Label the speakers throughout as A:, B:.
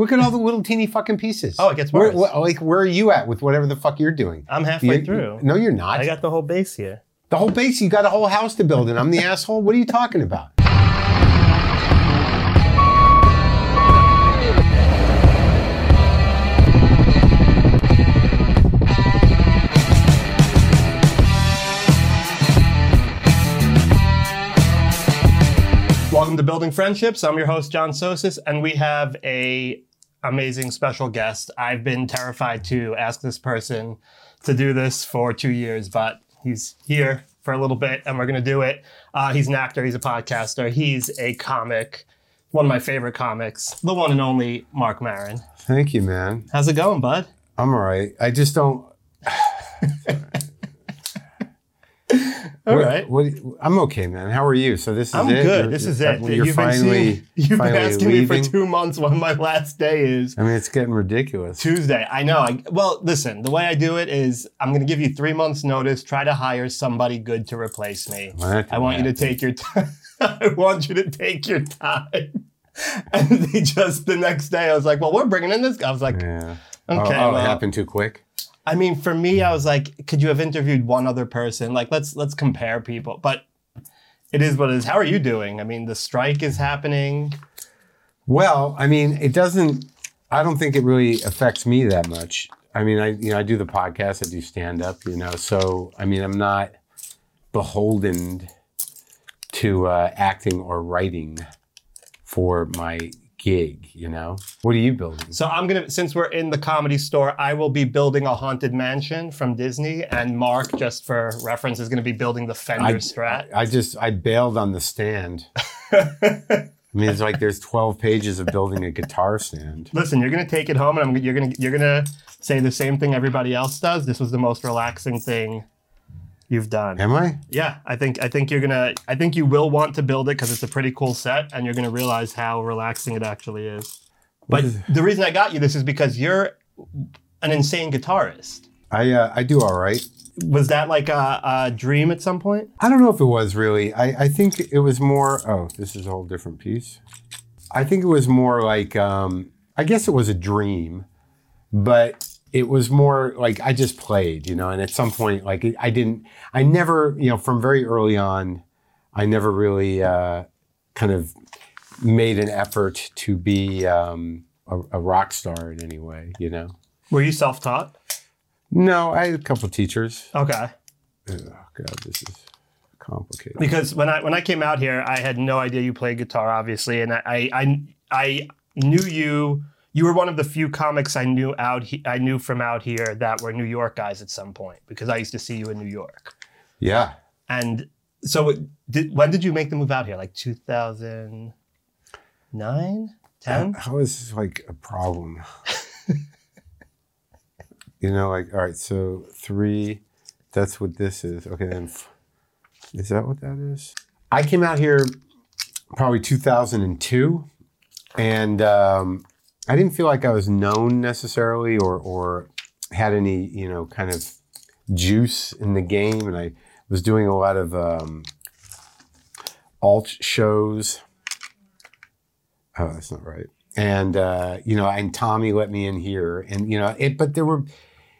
A: Look at all the little teeny fucking pieces.
B: Oh, it gets
A: Where-
B: worse.
A: where- like, where are you at with whatever the fuck you're doing?
B: I'm halfway
A: You-
B: through.
A: No, you're not.
B: I got the whole base here.
A: the whole base. You got a whole house to build, and I'm the asshole. What are you talking about?
B: Welcome to Building Friendships. I'm your host John Sosis, and we have a amazing special guest. I've been terrified to ask this person to do this for two years, but he's here for a little bit, and we're gonna do it. Uh, he's an actor. He's a podcaster. He's a comic. One of my favorite comics, the one and only Mark Marin.
A: Thank you, man.
B: How's it going, bud?
A: I'm all right. I just don't.
B: All
A: what-
B: right.
A: What, I'm okay, man. How are you? So this is
B: I'm
A: it.
B: good.
A: You're-
B: this is
A: you're-
B: it.
A: You're
B: you've
A: finally.
B: been seeing, you've
A: finally
B: been asking
A: leaving.
B: me for two months when my last day is.
A: I mean, it's getting ridiculous.
B: Tuesday. I know. I, well, listen, the way I do it is I'm going to give you three months' notice. Try to hire somebody good to replace me.
A: Well, that
B: I want you to take your time. I want you to take your time. And they just the next day, I was like, "Well, we're bringing in this." guy. I was like, "Okay."
A: Yeah. Oh, oh, it
B: well,
A: happened too quick.
B: I mean, for me, I was like, "Could you have interviewed one other person? Like, let's let's compare people." But it is what it is. How are you doing? I mean, the strike is happening.
A: Well, I mean, it doesn't. I don't think it really affects me that much. I mean, I you know I do the podcast, I do stand up, you know. So I mean, I'm not beholden to uh, acting or writing for my gig. You know, what are you building?
B: So I'm gonna since we're in the comedy store, I will be building a haunted mansion from Disney, and Mark, just for reference, is gonna be building the Fender
A: I-
B: Strat.
A: I just I bailed on the stand. I mean, it's like there's 12 pages of building a guitar stand.
B: Listen, you're gonna take it home, and I'm, you're gonna you're gonna say the same thing everybody else does. This was the most relaxing thing you've done.
A: Am I?
B: Yeah, I think I think you're gonna I think you will want to build it because it's a pretty cool set, and you're gonna realize how relaxing it actually is. But
A: is-
B: the reason I got you this is because you're an insane guitarist.
A: I uh, I do all right.
B: Was that like a, a dream at some point?
A: I don't know if it was really. I, I think it was more. Oh, this is a whole different piece. I think it was more like. Um, I guess it was a dream, but it was more like I just played, you know. And at some point, like I didn't. I never, you know, from very early on, I never really uh, kind of made an effort to be um, a, a rock star in any way, you know.
B: Were you self-taught?
A: No, I had a couple teachers.
B: Okay.
A: Oh God, this is complicated.
B: Because when I when I came out here, I had no idea you played guitar, obviously, and I I I, I knew you. You were one of the few comics I knew out. He, I knew from out here that were New York guys at some point because I used to see you in New York.
A: Yeah.
B: And so, it, did, when did you make the move out here? Like two thousand nine, ten?
A: How is this like a problem? you know, like, all right, so three, that's what this is. Okay, then f- is that what that is? I came out here probably 2002, and um, I didn't feel like I was known necessarily or, or had any, you know, kind of juice in the game. And I was doing a lot of um, alt shows. Oh, that's not right. And uh, you know, and Tommy let me in here, and you know, it. But there were,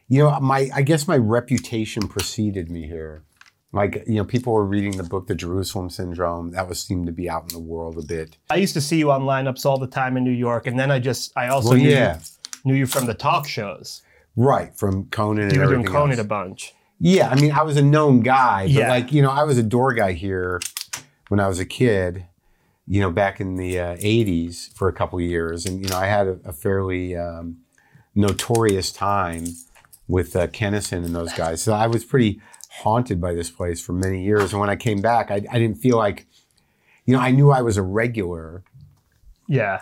A: you know, my I guess my reputation preceded me here. Like you know, people were reading the book, The Jerusalem Syndrome. That was seemed to be out in the world a bit.
B: I used to see you on lineups all the time in New York, and then I just I also
A: Well,
B: knew,
A: yeah,
B: you, knew you from the talk shows.
A: right from Conan. and
B: You were doing
A: everything
B: Conan
A: else.
B: a bunch.
A: Yeah, I mean, I was a known guy, but
B: Yeah.
A: like you know, I was a door guy here when I was a kid. You know, back in the uh, '80s for a couple of years, and you know, I had a, a fairly um, notorious time with uh, Kennison and those guys. So I was pretty haunted by this place for many years. And when I came back, I, I didn't feel like, you know, I knew I was a regular,
B: Yeah.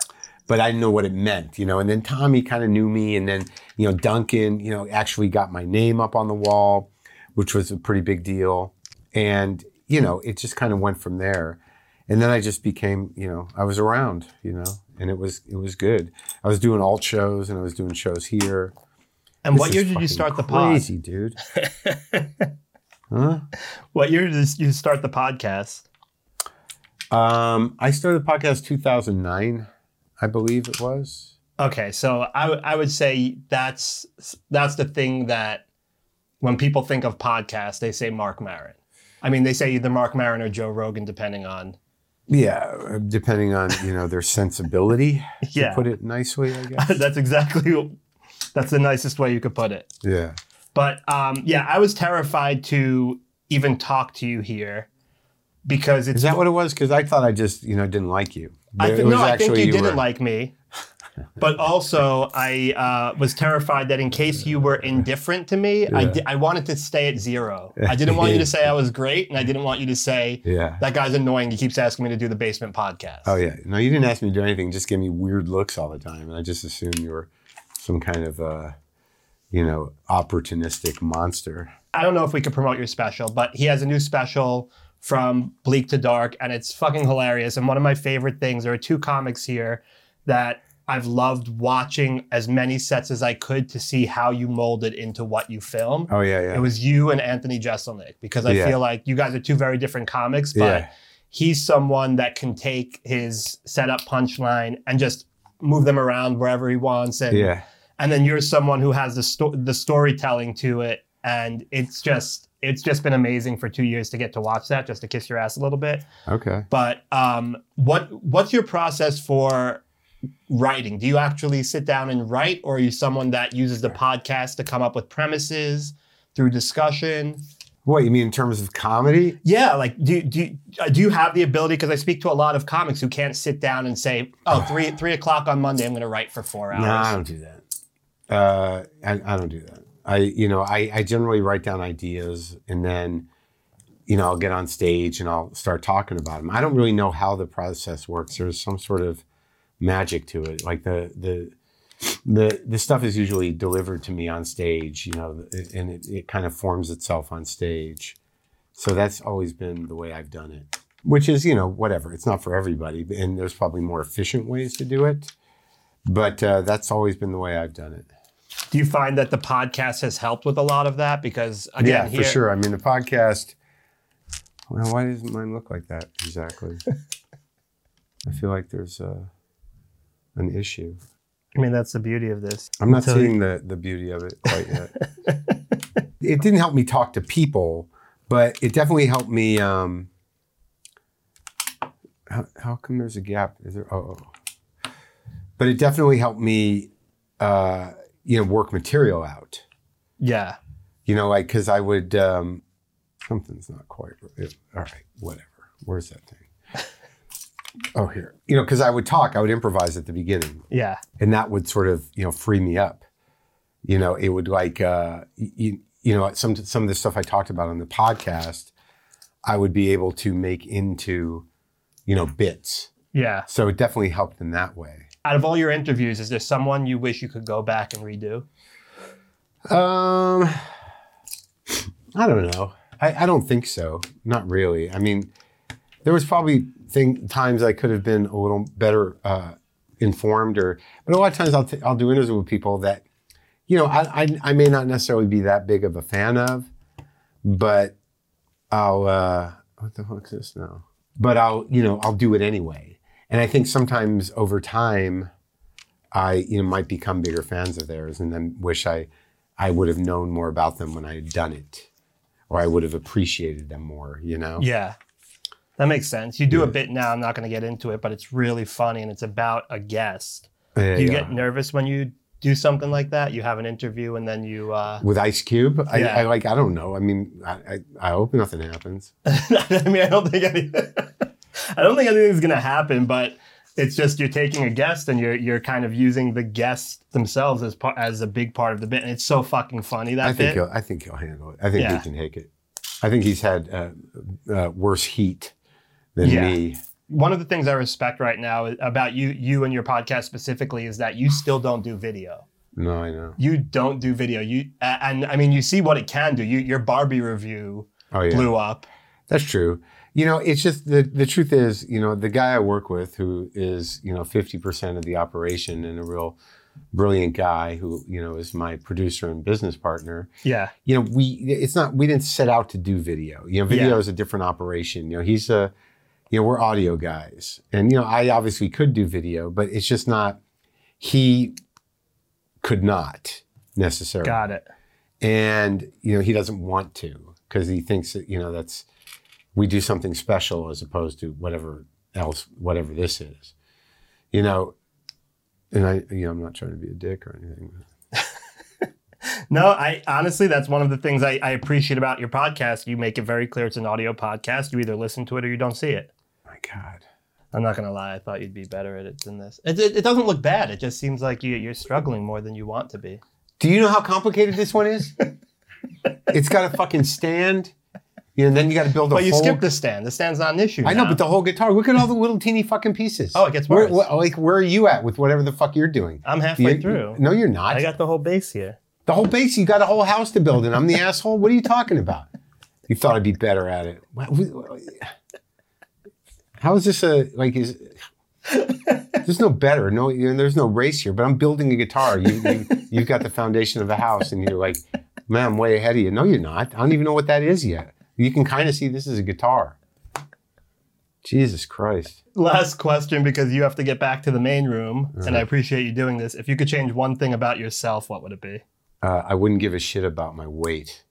A: but I didn't know what it meant, you know. And then Tommy kind of knew me, and then you know Duncan, you know, actually got my name up on the wall, which was a pretty big deal. And you know, it just kind of went from there. And then I just became, you know, I was around, you know, and it was it was good. I was doing alt shows, and I was doing shows here.
B: And
A: This
B: what
A: is
B: year did you
A: fucking
B: start the pod?
A: Crazy dude. huh?
B: What year did you start the podcast?
A: Um, I started the podcast 2009, I believe it was.
B: Okay, so I w- I would say that's that's the thing that when people think of podcasts, they say Mark Maron. I mean, they say either Mark Maron or Joe Rogan, depending on.
A: Yeah, uh, depending on you know their sensibility.
B: Yeah.
A: to put it nicely, I guess.
B: that's exactly that's the nicest way you could put it.
A: yeah,
B: But um, yeah, I was terrified to even talk to you here because it's.
A: is that what it was? Because I thought I just you know didn't like you.
B: I
A: It
B: think
A: was
B: no, I think
A: actually
B: you, didn't
A: were-
B: like me. But also, I uh, was terrified that in case you were indifferent to me, I,
A: Yeah.
B: di- I wanted to stay at zero. I didn't want you to say I was great, and I didn't want you to say
A: Yeah.
B: that guy's annoying. He keeps asking me to do the basement podcast.
A: Oh yeah. No, you didn't ask me to do anything. Just give me weird looks all the time, and I just assumed you were some kind of uh, you know opportunistic monster.
B: I don't know if we could promote your special, but he has a new special from Bleak to Dark, and it's fucking hilarious. And one of my favorite things, there are two comics here that I've loved watching as many sets as I could to see how you mold it into what you film.
A: Oh yeah, yeah.
B: It was you and Anthony Jeselnik because I
A: Yeah.
B: feel like you guys are two very different comics, but
A: yeah.
B: he's someone that can take his setup punchline and just move them around wherever he wants and
A: Yeah.
B: and then you're someone who has the sto- the storytelling to it and it's just it's just been amazing for 2 years to get to watch that just to kiss your ass a little bit
A: Okay.
B: but um what what's your process for writing do you actually sit down and write or are you someone that uses the podcast to come up with premises through discussion
A: What you mean in terms of comedy?
B: yeah, like do do uh, do you have the ability? Because I speak to a lot of comics who can't sit down and say, "Oh, three three o'clock on Monday, I'm going to write for four hours."
A: No, I don't do that. Uh, I, I don't do that. I, you know, I, I generally write down ideas and then, you know, I'll get on stage and I'll start talking about them. I don't really know how the process works. There's some sort of magic to it. Like the the the the stuff is usually delivered to me on stage, you know, and it, it kind of forms itself on stage. So that's always been the way I've done it. Which is, you know, whatever. It's not for everybody, and there's probably more efficient ways to do it but uh, that's always been the way I've done it.
B: Do you find that the podcast has helped with a lot of that? Because again,
A: yeah,
B: here,
A: for sure. I mean, the podcast. Well, why doesn't mine look like that exactly? I feel like there's uh an issue.
B: I mean, that's the beauty of this.
A: I'm not
B: So-
A: seeing the the beauty of it quite yet. it didn't help me talk to people, but it definitely helped me. Um, how, how come there's a gap? Is there? Oh, oh. but it definitely helped me. Uh, you know, work material out.
B: Yeah,
A: You know, like because I would um, something's not quite right. All right, whatever. Where's that thing? Oh, here. You know, because I would talk, I would improvise at the beginning,
B: yeah,
A: and that would sort of you know free me up. You know, it would like uh, you, you know some some of the stuff I talked about on the podcast, I would be able to make into you know bits.
B: yeah.
A: So it definitely helped in that way.
B: Out of all your interviews, is there someone you wish you could go back and redo?
A: Um, I don't know. I, I don't think so. Not really. I mean, there was probably thing, times I could have been a little better uh, informed, or but a lot of times I'll t- I'll do interviews with people that you know I, I I may not necessarily be that big of a fan of, but I'll uh, what the fuck is this now? But I'll you know I'll do it anyway. And I think sometimes over time, I you know might become bigger fans of theirs, and then wish I I would have known more about them when I had done it, or I would have appreciated them more. You know?
B: Yeah. That makes
A: Hmm.
B: sense. You do a bit now. I'm not going to get into it, but it's really funny and it's about a guest.
A: Yeah,
B: Do you
A: yeah.
B: get nervous when you do something like that? You have an interview and then you uh,
A: with Ice Cube? I,
B: Yeah.
A: I like. I don't know. I mean, I, I, I hope nothing happens.
B: I mean, I don't think any, I don't think anything's gonna happen, but it's just you're taking a guest and you're you're kind of using the guests themselves as part as a big part of the bit, and it's so fucking funny that
A: I think
B: bit.
A: he'll. I think he'll handle it. I think
B: Yeah.
A: he can take it. I think he's had uh, uh, worse heat than
B: Yeah.
A: me.
B: One of the things I respect right now about you you and your podcast specifically is that you still don't do video.
A: No, I know.
B: You don't do video. You a- and I mean you see what it can do. You your Barbie review
A: Oh yeah,
B: blew up.
A: that's true. You know, it's just the the truth is, you know, the guy I work with, who is you know fifty percent of the operation and a real brilliant guy, who you know is my producer and business partner.
B: Yeah.
A: you know, we it's not we didn't set out to do video. You know, video
B: Yeah.
A: is a different operation. You know, he's a you know, we're audio guys. And you know, I obviously could do video, but it's just not he could not necessarily
B: Got it.
A: and you know he doesn't want to because he thinks that you know that's we do something special as opposed to whatever else whatever this is you know and i you know i'm not trying to be a dick or anything
B: No, I honestly, that's one of the things I, I appreciate about your podcast. You make it very clear it's an audio podcast. You either listen to it or you don't see it.
A: my god
B: I'm not gonna lie. I thought you'd be better at it than this. It, it, it doesn't look bad. It just seems like you, you're struggling more than you want to be.
A: do you know how complicated this one is it's got a fucking stand you know then you got to build a
B: But you
A: whole
B: skipped the stand. The stand's not an issue.
A: I know,
B: now.
A: but the whole guitar. Look at all the little teeny fucking pieces.
B: Oh, it gets
A: Where,
B: worse.
A: wh- like, where are you at with whatever the fuck you're doing?
B: I'm halfway
A: You-
B: through.
A: No, you're not.
B: I got the whole base here.
A: The whole base, you got a whole house to build, and I'm the asshole. What are you talking about? You thought I'd be better at it. Wha- wh- How is this a like? Is there's no better? No, you know, there's no race here. But I'm building a guitar. You, you you've got the foundation of a house, and you're like, man, I'm way ahead of you. No, you're not. I don't even know what that is yet. You can kind of see this is a guitar. Jesus Christ.
B: Last question because you have to get back to the main room, and I appreciate you doing this. If you could change one thing about yourself, what would it be?
A: Uh, I wouldn't give a shit about my weight.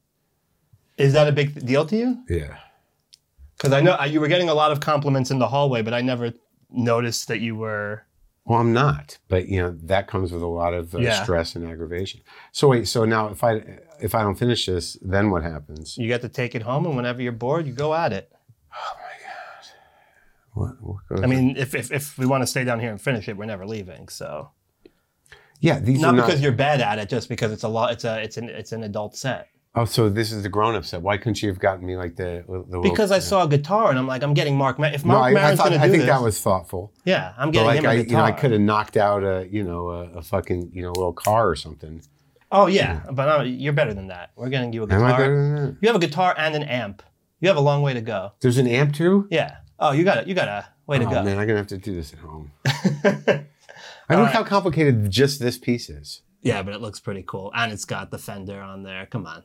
B: Is that a big th- deal to you?
A: Yeah.
B: Because I know I, you were getting a lot of compliments in the hallway, but I never noticed that you were.
A: Well, I'm not, but you know that comes with a lot of uh,
B: Yeah.
A: stress and aggravation. So wait, so now if I if I don't finish this, then what happens?
B: You got to take it home, and whenever you're bored, you go at it.
A: What, what goes
B: I mean, if if, if we want to stay down here and finish it, we're never leaving. So
A: yeah, these
B: not
A: are not.
B: because you're bad at it, just because it's a lot. It's a it's an it's an adult set.
A: oh, so this is the grown up set. Why couldn't you have gotten me like the the little-
B: Because I saw a guitar, and I'm like, I'm getting Mark. Ma- if
A: No,
B: Mark
A: I, I
B: Maron's
A: thought
B: going to do
A: I think
B: this,
A: that was thoughtful.
B: yeah, I'm
A: But
B: getting
A: like
B: him a
A: I,
B: guitar.
A: you know, I could have knocked out a you know a, a fucking you know little car or something.
B: Oh yeah, but uh, you're better than that. We're getting you a
A: Am
B: guitar.
A: I better than that?
B: You have a guitar and an amp. You have a long way to go.
A: There's an amp too.
B: Yeah. Oh, you got a you got a way to
A: Oh
B: go.
A: man, I'm gonna have to do this at home. I look how complicated just this piece is.
B: Yeah, but it looks pretty cool, and it's got the Fender on there. Come on.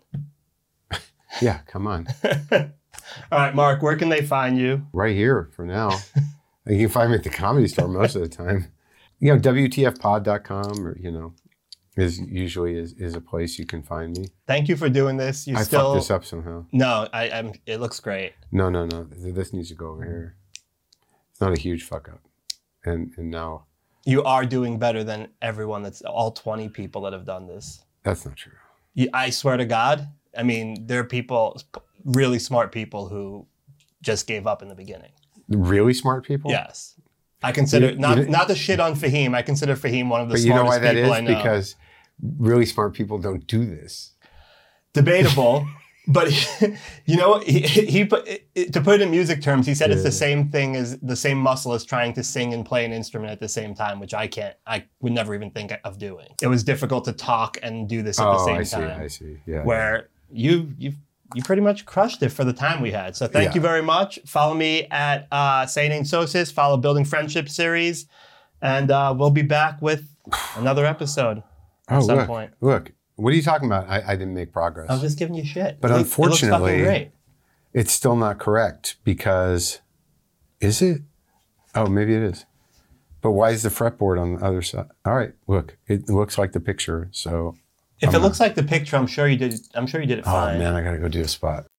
A: Yeah, come on.
B: All right, Mark. Where can they find you?
A: right here for now. you can find me at the comedy store most of the time. You know, WTFpod.com or, you know, is usually is, is a place you can find me.
B: Thank you for doing this. You
A: I
B: still
A: fucked this up somehow.
B: no. I, I'm. It looks great.
A: No, no, no. Th- This needs to go over here. It's not a huge fuck up. And and now
B: You are doing better than everyone. That's all 20 people that have done this.
A: that's not true.
B: You, I swear to God. I mean, there are people, really smart people, who just gave up in the beginning.
A: Really smart people?
B: Yes. I consider
A: You-
B: not
A: you-
B: not the shit on Fahim. I consider Fahim one of the
A: But
B: smartest
A: you know why that is?
B: people I know.
A: Because really smart people don't do this.
B: Debatable, but you know he, he put it- it- to put it in music terms. He said it's the
A: Yeah.
B: same thing as the same muscle as trying to sing and play an instrument at the same time, which I can't. I would never even think of doing. It was difficult to talk and do this at the
A: oh,
B: same
A: I see.
B: time.
A: I see. Yeah.
B: where you you you pretty much crushed it for the time we had. So thank
A: Yeah.
B: you very much. Follow me at uh, Saint Ain't Sosis. Follow Building Friendship series, and uh, we'll be back with another episode.
A: oh,
B: some
A: look,
B: point.
A: Look, what are you talking about? I, I didn't make progress.
B: I was just giving you shit.
A: But
B: It looks- it looks fucking
A: unfortunately-
B: great.
A: it's still not correct because is it? Oh, maybe it is. But why is the fretboard on the other side? All right, look, it looks like the picture. So,
B: If it looks like the picture, I'm sure you did. I'm sure you did it
A: oh
B: fine.
A: man, I gotta go do a spot.